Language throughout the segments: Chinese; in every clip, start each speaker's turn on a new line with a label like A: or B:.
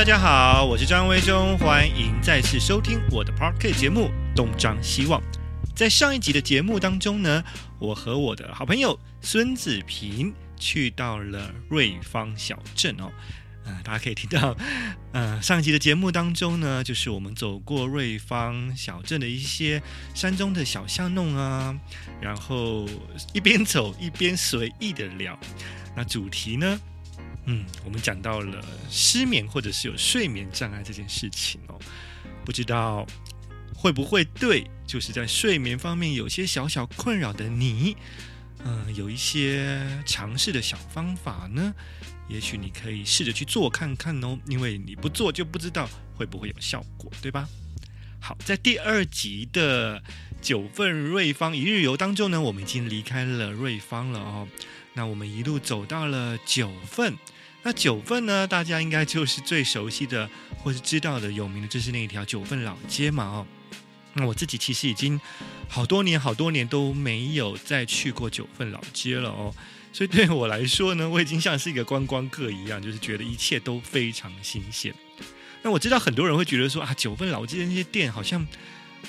A: 大家好，我是张威忠，欢迎再次收听我的 Park 节目《东张西望》。在上一集的节目当中呢，我和我的好朋友孙子平去到了瑞芳小镇哦。呃，大家可以听到，呃，上一集的节目当中呢，就是我们走过瑞芳小镇的一些山中的小巷弄啊，然后一边走一边随意的聊。那主题呢，嗯，我们讲到了失眠或者是有睡眠障碍这件事情哦，不知道会不会对就是在睡眠方面有些小小困扰的你，嗯、有一些尝试的小方法呢？也许你可以试着去做看看哦，因为你不做就不知道会不会有效果，对吧？好，在第二集的九份瑞芳一日游当中呢，我们已经离开了瑞芳了哦。那我们一路走到了九份，那九份呢，大家应该就是最熟悉的或是知道的有名的，就是那一条九份老街嘛哦。那我自己其实已经好多年、好多年都没有再去过九份老街了哦，所以对我来说呢，我已经像是一个观光客一样，就是觉得一切都非常新鲜。那我知道很多人会觉得说啊，九份老街的那些店好像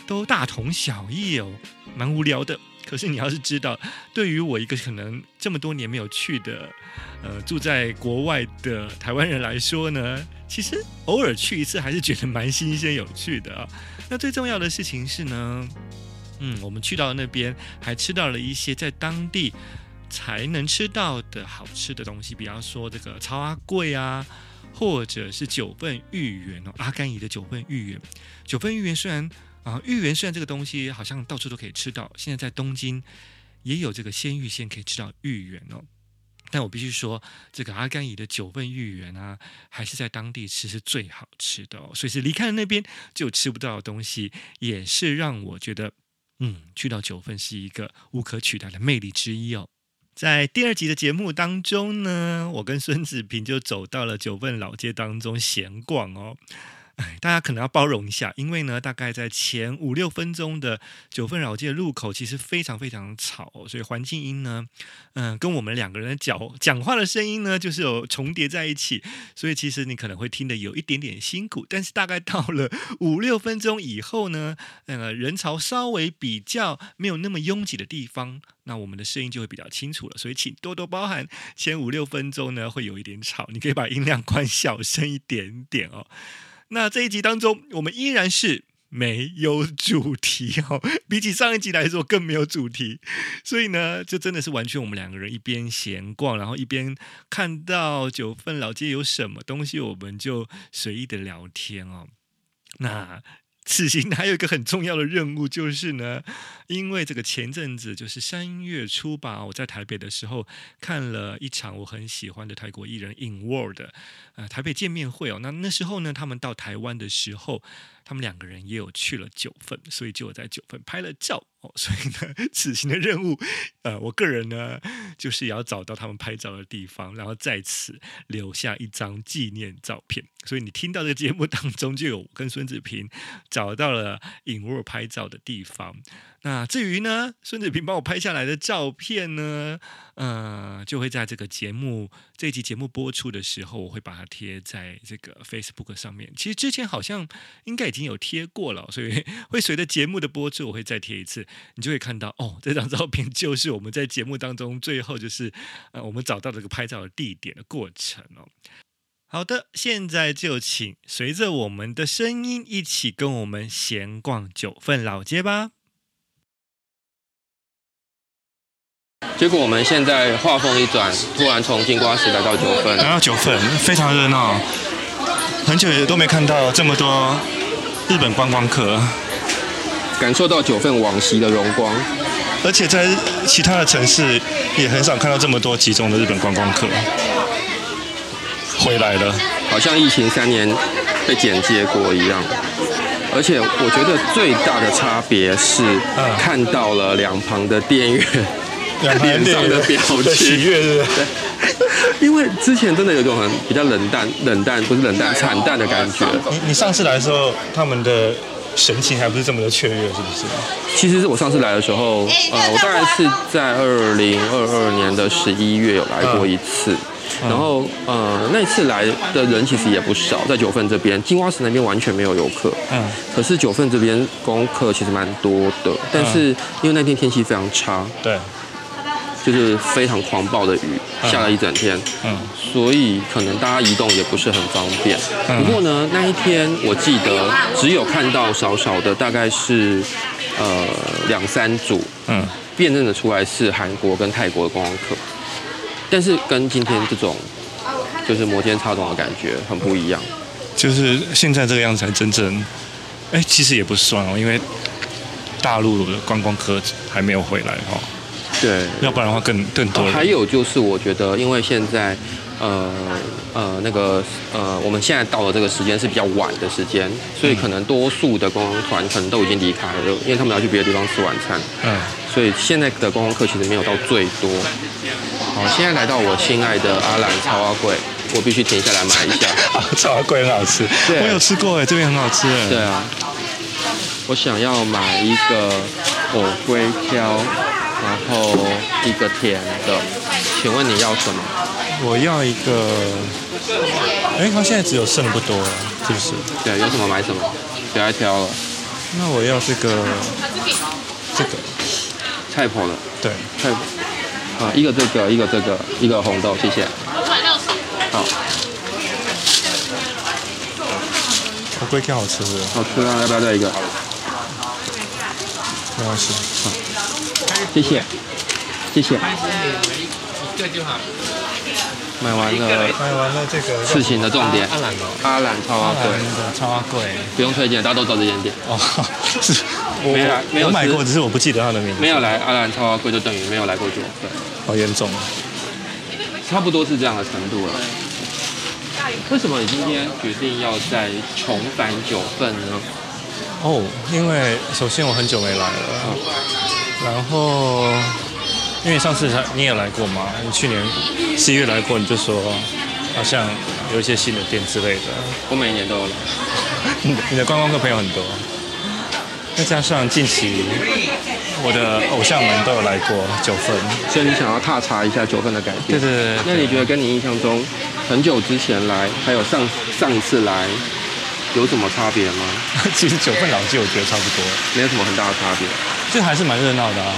A: 都大同小异哦，蛮无聊的。可是你要是知道，对于我一个可能这么多年没有去的，呃，住在国外的台湾人来说呢，其实偶尔去一次还是觉得蛮新鲜有趣的啊。那最重要的事情是呢，嗯，我们去到那边还吃到了一些在当地才能吃到的好吃的东西，比方说这个超阿贵啊。或者是九份芋圆哦，阿甘姨的九份芋圆。九份芋圆虽然啊、芋圆虽然这个东西好像到处都可以吃到，现在在东京也有这个鲜芋仙可以吃到芋圆哦。但我必须说，这个阿甘姨的九份芋圆啊，还是在当地吃是最好吃的哦。所以是离开了那边就吃不到的东西，也是让我觉得，嗯，去到九份是一个无可取代的魅力之一哦。在第二集的节目当中呢，我跟孙子平就走到了九份老街当中闲逛哦。哎，大家可能要包容一下，因为呢，大概在前五六分钟的九份老街的路口，其实非常非常吵哦、所以环境音呢，嗯、跟我们两个人的讲讲话的声音呢，就是有重叠在一起，所以其实你可能会听得有一点点辛苦。但是大概到了五六分钟以后呢，呃，人潮稍微比较没有那么拥挤的地方，那我们的声音就会比较清楚了。所以请多多包涵，前五六分钟呢会有一点吵，你可以把音量关小声一点点哦。那这一集当中，我们依然是没有主题哦，比起上一集来说更没有主题，所以呢，就真的是完全我们两个人一边闲逛，然后一边看到九份老街有什么东西，我们就随意的聊天哦。那此行还有一个很重要的任务，就是呢，因为这个前阵子就是三月初吧，我在台北的时候看了一场我很喜欢的泰国艺人 In World，呃，台北见面会哦。那那时候呢，他们到台湾的时候，他们两个人也有去了九份，所以就有在九份拍了照哦。 所以呢，此行的任务，呃，我个人呢，就是也要找到他们拍照的地方，然后在此留下一张纪念照片。所以你听到这个节目当中，就有我跟孙子平找到了影卧拍照的地方。那至于呢，孙子平帮我拍下来的照片呢，呃，就会在这个节目这一集节目播出的时候，我会把它贴在这个 Facebook 上面。其实之前好像应该已经有贴过了，所以 会随着节目的播出，我会再贴一次，你就会看到哦，这张照片就是我们在节目当中最后就是呃我们找到这个拍照的地点的过程哦。好的，现在就请随着我们的声音一起跟我们闲逛九份老街吧。
B: 结果我们现在话锋一转，突然从金瓜石来到九份，
A: 来到啊九份，非常热闹，很久也都没看到这么多日本观光客，
B: 感受到九份往昔的荣光。
A: 而且在其他的城市也很少看到这么多集中的日本观光客回来了。
B: 好像疫情三年被剪接过一样。而且我觉得最大的差别是
A: 嗯，
B: 看到了两旁的店员
A: 两排
B: 脸上的表情
A: 的喜悦是不是
B: 因为之前真的有一种很比较冷淡、冷淡不是冷淡、惨淡的感觉。
A: 你你上次来的时候，他们的神情还不是这么的雀跃，是不是？
B: 其实我上次来的时候，呃，我大概是在二零二二年的十一月有来过一次。
A: 嗯
B: 然后呃，那次来的人其实也不少，在九份这边，金瓜石那边完全没有游客。
A: 嗯
B: 可是九份这边功课其实蛮多的，但是因为那天天气非常差，
A: 对，
B: 就是非常狂暴的雨，
A: 嗯
B: 下了一整天，
A: 嗯
B: 所以可能大家移动也不是很方便。
A: 嗯
B: 不过呢，那一天我记得只有看到少少的，大概是呃两三组
A: 嗯
B: 辨认的出来是韩国跟泰国的观光客，但是跟今天这种就是摩肩擦踵的感觉很不一样。
A: 就是现在这个样子才真正，哎，其实也不算哦，因为大陆的观光客还没有回来哈、哦，
B: 对，
A: 要不然的话更更多人。
B: 还有就是，我觉得因为现在，呃呃，那个呃，我们现在到的这个时间是比较晚的时间，所以可能多数的观光团可能都已经离开了，因为他们要去别的地方吃晚餐，
A: 嗯
B: 所以现在的观光客其实没有到最多。好，现在来到我心爱的阿兰超阿贵，我必须停下来买一下。
A: 啊，超阿贵很好吃，
B: 对
A: 我有吃过哎，这边很好吃哎。
B: 对啊，我想要买一个火龟挑，然后一个甜的，请问你要什么？
A: 我要一个，哎，它现在只有剩不多了，是不是？
B: 对，有什么买什么，不要再挑了。
A: 那我要这个，这个，
B: 菜谱的
A: 对，
B: 菜谱，啊，一个这个，一个这个，一个红豆，谢谢。好，
A: 我龟壳好吃是不是？
B: 好吃啊，要不要再一个？
A: 没关系。
B: 谢谢，谢谢。买完了，
A: 买完了这个
B: 事情的重点，
A: 阿兰
B: 阿兰超阿啊贵，
A: 的超阿贵
B: 不用推荐，大家都找这间店。
A: 哦，是我
B: 没来没
A: 我
B: 有
A: 我买
B: 吃
A: 过，只是我不记得它的名字，
B: 没有来阿兰超阿贵，就等于没有来过九份。
A: 好严重。
B: 差不多是这样啊的程度了。为什么你今天决定要再重返九份呢？
A: 哦，因为首先我很久没来了，然后因为上次他你也来过嘛，你去年十一月来过，你就说好像有一些新的店之类的，
B: 我每一年都有来，
A: 你的你的观光客朋友很多，再加上近期我的偶像们都有来过九份，
B: 所以你想要踏查一下九份的改
A: 对
B: 变。
A: 对
B: 那你觉得跟你印象中很久之前来，还有上上一次来，有什么差别吗？
A: 对，其实九份老街我觉得差不多，
B: 没有什么很大的差别。
A: 这还是蛮热闹的啊。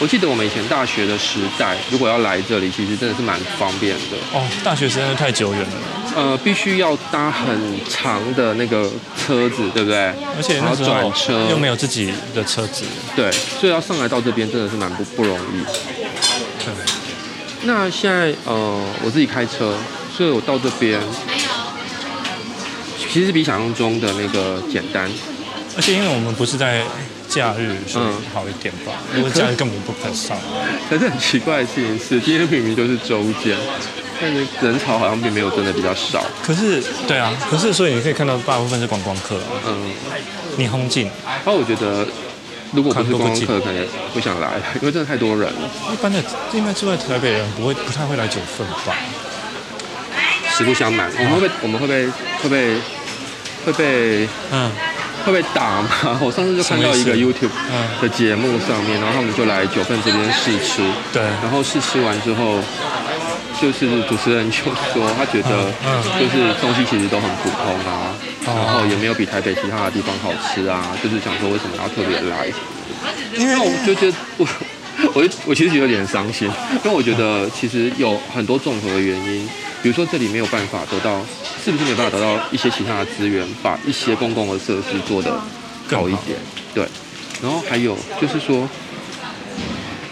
B: 我记得我们以前大学的时代，如果要来这里，其实真的是蛮方便的。
A: 哦，大学实在是太久远了，
B: 呃，必须要搭很长的那个车子，对不对？
A: 而且那时
B: 然
A: 候
B: 后转车
A: 又没有自己的车子，
B: 对，所以要上来到这边真的是蛮不不容易。
A: 对，
B: 那现在呃，我自己开车，所以我到这边，其实比想象中的那个简单。
A: 而且因为我们不是在假日，所以好一点吧，因为假日根本不可上。
B: 可是很奇怪的事情是，今天明明就是周间，但是人潮好像并没有真的比较少。
A: 可是，对啊，可是所以你可以看到大部分是观光客啊，
B: 嗯，
A: 霓虹镜，
B: 然后我觉得。如果不是观光客，可能不想来，因为真的太多人了，
A: 一般的一般住在台北的人不会不太会来九份吧？
B: 实不相瞒，我们会
A: 啊
B: 被我们会被会被会被
A: 嗯，
B: 会被打吗？ 我上次就看到一个
A: 什么意
B: YouTube
A: 嗯
B: 的节目上面，然后他们就来九份这边试吃，
A: 对
B: 然后试吃完之后，就是主持人就说他觉得
A: 嗯嗯
B: 就是东西其实都很普通啊，
A: 哦
B: 然后也没有比台北其他的地方好吃啊，就是想说为什么要特别来？
A: 因
B: 那我
A: 为
B: 就觉得我。我就我其实觉得有点伤心，因为我觉得其实有很多综合的原因，比如说这里没有办法得到，是不是没有办法得到一些其他的资源，把一些公共的设施做得
A: 更好
B: 好一点，对。然后还有就是说，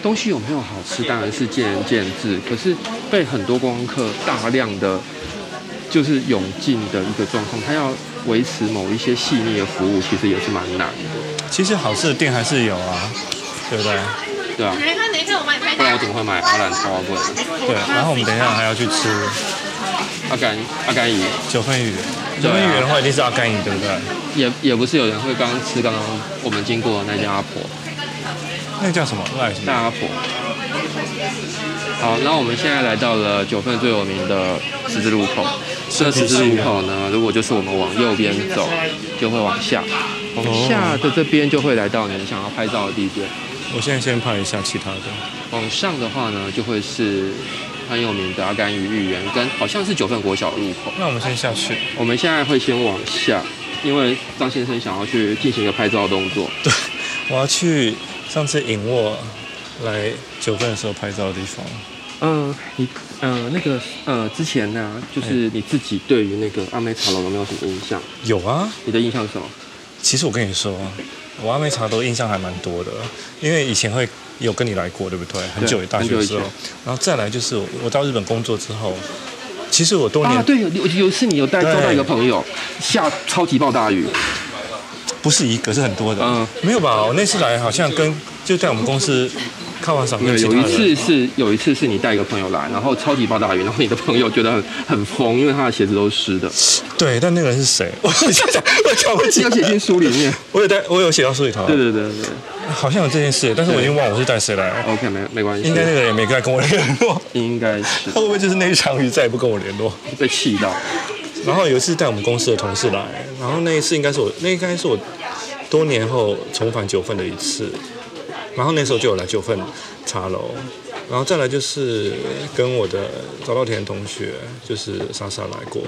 B: 东西有没有好吃，当然是见仁见智。可是被很多观光客大量的就是涌进的一个状况，他要维持某一些细腻的服务，其实也是蛮难的，
A: 其实好吃的店还是有啊，对不对？
B: 对啊。
C: 等一下，等一下，我帮你拍
B: 不然我
C: 照。
B: 怎么会买阿兰超贵？
A: 对，然后我们等一下还要去吃
B: 阿甘阿甘姨
A: 九份鱼，九份鱼的话一定是要干鱼，对啊不对？
B: 也也不是有人会刚刚吃刚刚我们经过的那家阿婆
A: 那个叫什么？赖什
B: 大
A: 么？
B: 阿婆。好，那我们现在来到了九份最有名的十字路口。这十字路口呢，如果就是我们往右边走，就会往下，往下的这边就会来到你想要拍照的地点。
A: 我现在先拍一下其他的。
B: 往上的话呢，就会是很有名的阿甘鱼芋圆，跟好像是九份国小的入口。
A: 那我们先下去。
B: 我们现在会先往下，因为张先生想要去进行一个拍照动作。
A: 我要去上次引我来九份的时候拍照的地方。
B: 嗯，你呃那个呃之前呢、就是你自己对于那个阿妹茶楼有没有什么印象？
A: 有啊，
B: 你的印象是什么？
A: 其实我跟你说，我阿妹茶都印象还蛮多的，因为以前会有跟你来过，对不对？很久以大学的时候
B: 很久以，
A: 然后再来就是我我到日本工作之后，其实我多年、
B: 啊，对，有有有一次你有带
A: 对
B: 招待一个朋友，下超级暴大雨，
A: 不是一个，是很多的。
B: 嗯
A: 没有吧？我哦那次来好像跟就在我们公司看完赏
B: 没有
A: 跟其
B: 有
A: 他
B: 一
A: 人。
B: 次是有一次是你带一个朋友来，然后超级暴大雨，然后你的朋友觉得很很疯，因为他的鞋子都是湿的，
A: 对，但那个人是谁？ 我想我想不起
B: 要
A: 来。
B: 写进书里面。
A: 我有带，我有写到书里头， 啊
B: 对对对对
A: 好像有这件事，但是我已经忘了我是带谁来了。
B: 对，OK，没没关系，
A: 应该那个人也没再跟我联络，
B: 应该是
A: 他会不会就是那一场雨再也不跟我联络？
B: 被气到。
A: 然后有一次带我们公司的同事来，然后那一次应该是我，那应该是我多年后重返九份的一次。然后那时候就有来九份茶楼，然后再来就是跟我的早稻田同学，就是莎莎来过，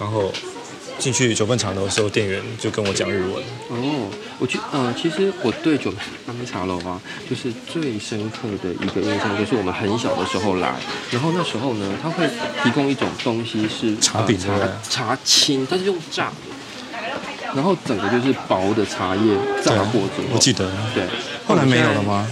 A: 然后进去九份茶楼的时候，店员就跟我讲日文。
B: 哦，我觉呃，其实我对九阿美茶楼啊，就是最深刻的一个印象，就是我们很小的时候来，然后那时候呢，他会提供一种东西是
A: 茶
B: 呃
A: 饼对不对
B: 茶茶青，但是用炸的，然后整个就是薄的茶叶炸过之后，
A: 我记得。
B: 对，
A: 后来没有
B: 我
A: 了
B: 们现在
A: 吗？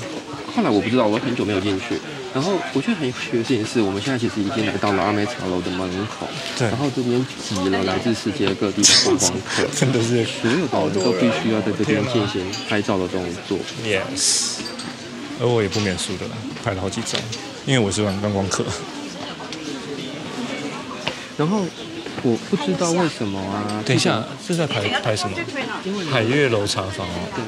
B: 后来我不知道，我很久没有进去。然后我觉得很有趣的事情是，我们现在其实已经来到了阿美茶楼的门口，
A: 对，
B: 然后这边挤了来自世界各地的观光客
A: 真的是
B: 所有的人都必须要在这边进行拍照的动作。
A: Yes，而我也不免俗的啦，拍了好几张，因为我是玩观光客。
B: 然后我不知道为什么啊，
A: 等一下，是在排排什么？海月楼茶坊哦。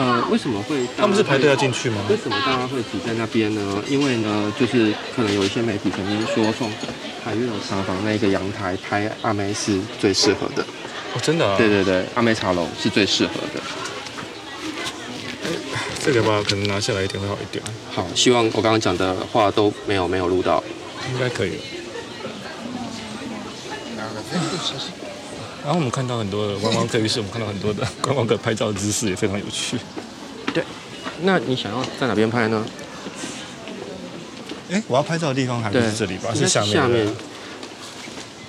B: 呃，为什么会
A: 他们是排队要进去吗
B: 为什么大家会挤在那边呢？因为呢，就是可能有一些媒体曾经说，哎从海月楼茶坊那个阳台拍阿妹是最适合的。
A: 哦，真的、啊？
B: 对，对对，阿妹茶楼是最适合的。
A: 这个吧，可能拿下来一点会好一点，
B: 好，希望我刚刚讲的话都没有没有录到。
A: 应该可以。然后我们看到很多的观光客，于是我们看到很多的 观光客拍照的姿势也非常有趣。
B: 对，那你想要在哪边拍呢？
A: 哎，我要拍照的地方还不是这里吧？
B: 应该
A: 是下面。
B: 下面，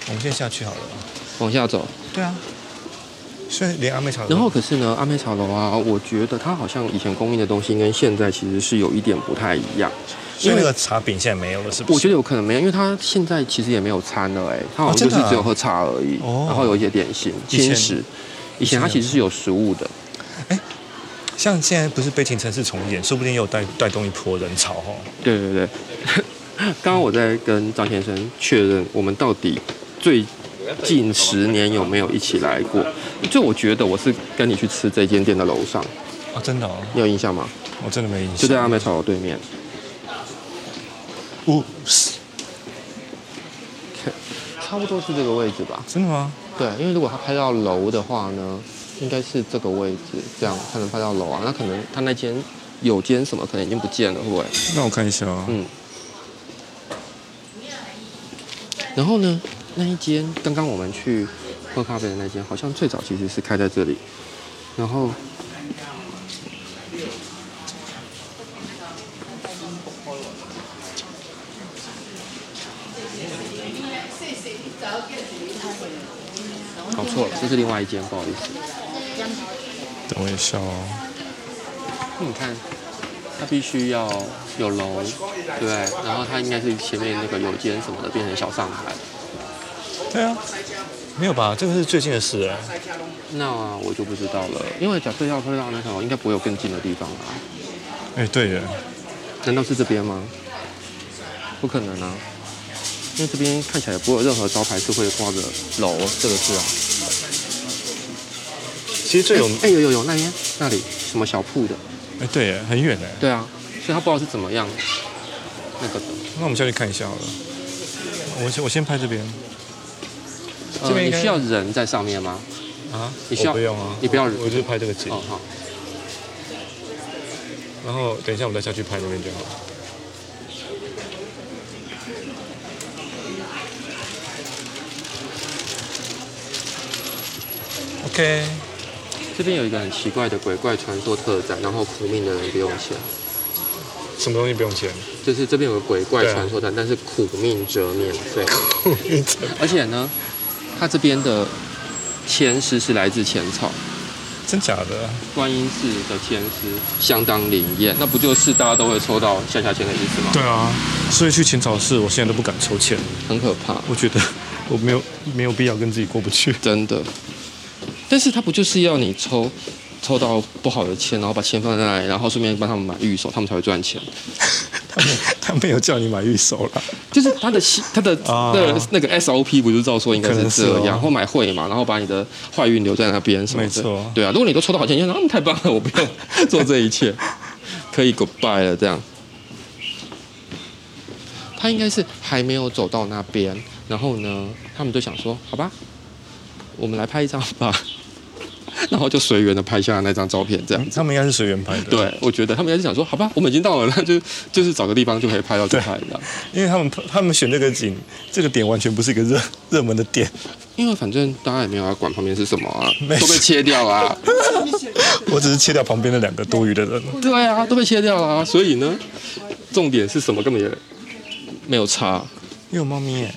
A: 我们先下去好了。
B: 往下走。
A: 对啊。所以连阿妹茶楼，
B: 然后可是呢，阿妹茶楼啊，我觉得它好像以前供应的东西跟现在其实是有一点不太一样，
A: 所以
B: 因
A: 那
B: 为
A: 个茶饼现在没有了，是不是？
B: 我觉得有可能没有，因为它现在其实也没有餐了、哎，它好像
A: 哦真
B: 就
A: 的
B: 是
A: 啊
B: 只有喝茶而已，
A: 哦
B: 然后有一些点心、
A: 以前
B: 轻食。以前它其实是有食物的，
A: 像现在不是悲情城市重演，说不定又带带动一波人潮哦。
B: 对对对。 刚刚我在跟张先生确认，我们到底最近十年有没有一起来过？就我觉得我是跟你去吃这间店的楼上，
A: 啊，真的哦，
B: 你有印象吗？
A: 我真的没印象。
B: 就在阿美草楼对面。
A: 五十，
B: 差不多是这个位置吧？
A: 真的吗？
B: 对，因为如果他拍到楼的话呢，应该是这个位置，这样才能拍到楼啊。那可能他那间有间什么可能已经不见了，会不会？
A: 那我看一下啊。
B: 嗯。然后呢，那一间刚刚我们去喝咖啡的那间，好像最早其实是开在这里。然后，搞错了，这是另外一间，不好意思。
A: 等我一下哦。
B: 你看，它必须要有楼，对，然后它应该是前面那个有间什么的变成小上海。
A: 对啊，没有吧？这个是最近的事哎。
B: 那我就不知道了，因为假设要推到那条，应该不会有更近的地方啊？
A: 哎，对耶，
B: 难道是这边吗？不可能啊，因为这边看起来不会有任何招牌是会挂着楼这个字啊。
A: 其实最有
B: 哎、有有有，那边那里什么小铺的，
A: 哎，对耶，很远哎。
B: 对啊，所以他不知道是怎么样那个的。
A: 那我们下去看一下好了。我先我先拍这边这
B: 呃，
A: 边应
B: 你
A: 该
B: 需要人在上面吗？
A: 啊，
B: 你需要
A: 我不用啊，
B: 你不要
A: 我就拍这个景
B: 哦，，好，
A: 然后等一下我们再下去拍那边就好了。 OK，
B: 这边有一个很奇怪的鬼怪传说特展，然后苦命的人不用钱。
A: 什么东西不用钱？
B: 就是这边有个鬼怪
A: 对啊
B: 传说展，但是苦命者免费。
A: 苦命者
B: 而且呢，它这边的签诗是来自浅草，
A: 真假的？
B: 观音寺的签诗相当灵验，那不就是大家都会抽到下下签的意思吗？
A: 对啊，所以去浅草寺，我现在都不敢抽签，
B: 很可怕，
A: 我觉得我没有没有必要跟自己过不去。
B: 真的。但是它不就是要你抽抽到不好的签，然后把钱放在那里，然后顺便帮他们买预售，他们才会赚钱。
A: 他没他没有叫你买预售啦，
B: 就是他的系他的
A: 啊
B: 那个那个 SOP 不就照说应该
A: 可
B: 是
A: 能是
B: 这样，
A: 哦
B: 后买会嘛，然后把你的坏运留在那边什么
A: 没错
B: 的。对啊，如果你都抽到好钱，你就说啊太棒了，我不用做这 一切，可以 goodbye 了这样。他应该是还没有走到那边，然后呢，他们就想说，好吧，我们来拍一张吧， 然后就随缘的拍下了那张照片，这样。
A: 他们应该是随缘拍的。，
B: 对，我觉得他们应该是想说，好吧，我们已经到了，那就就是找个地方就可以拍到就
A: 对
B: 拍这样。
A: 因为他们他们选这个景，这个点完全不是一个热热门的 点。
B: 因为反正大家也没有要管旁边是什么啊
A: 没，事
B: 都被切掉啊，
A: 我只是切掉旁边的两个多余的人。
B: 对啊，都被切掉啦、所以呢，重点是什么根本也没有差。
A: 因为有猫咪耶。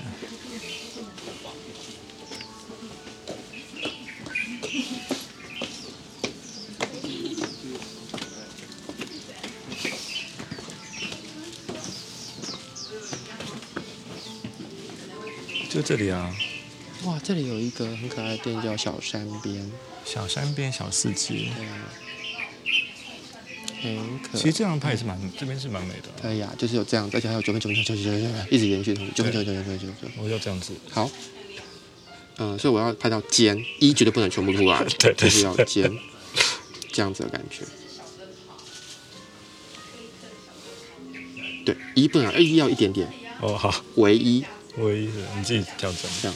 A: 就这里啊，
B: 哇，这里有一个很可爱的店叫小山边，
A: 小山边小市集，
B: 对啊，很可
A: 其实这样它也是蛮，
B: 嗯
A: 这边是蛮美的啊、
B: 爱呀，就是有这样，而且还有九分九分九分九分九分，一直延续，九分九分九分九分九分九分。
A: 我要这样子，
B: 好，嗯、所以我要拍到尖，一绝对不能全部出来，
A: 对对
B: 就是要
A: 对
B: 尖，这样子的感觉。对，一不能，哎一要一点点，
A: 哦好，
B: 唯一
A: 我有意思，你自己调整。
B: 这样。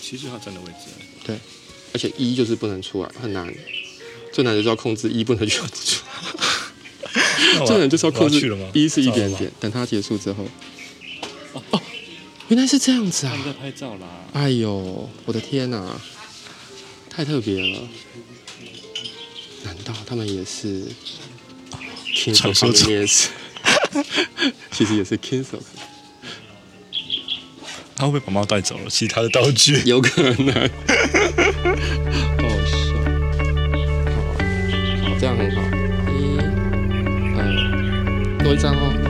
A: 其实它站的位 置，
B: 对，而且一就是不能出来，啊很难。最难就是要控制一不能全部出来，最难就是要控
A: 去
B: 制
A: 了吗？
B: 一是一点
A: 照了
B: 点
A: 吗。，
B: 等它结束之后。哦哦，原来是这样子啊！
D: 在拍照啦。
B: 哎呦，我的天哪、太特别了！难道他们也是 King
A: 传
B: of
A: 说中
B: Convenience？其实也是 King of，
A: 它会不会把猫带走了？其他的道具。
B: 有可能。 好好笑，好，好，这样很好。一，嗯，多一张哦。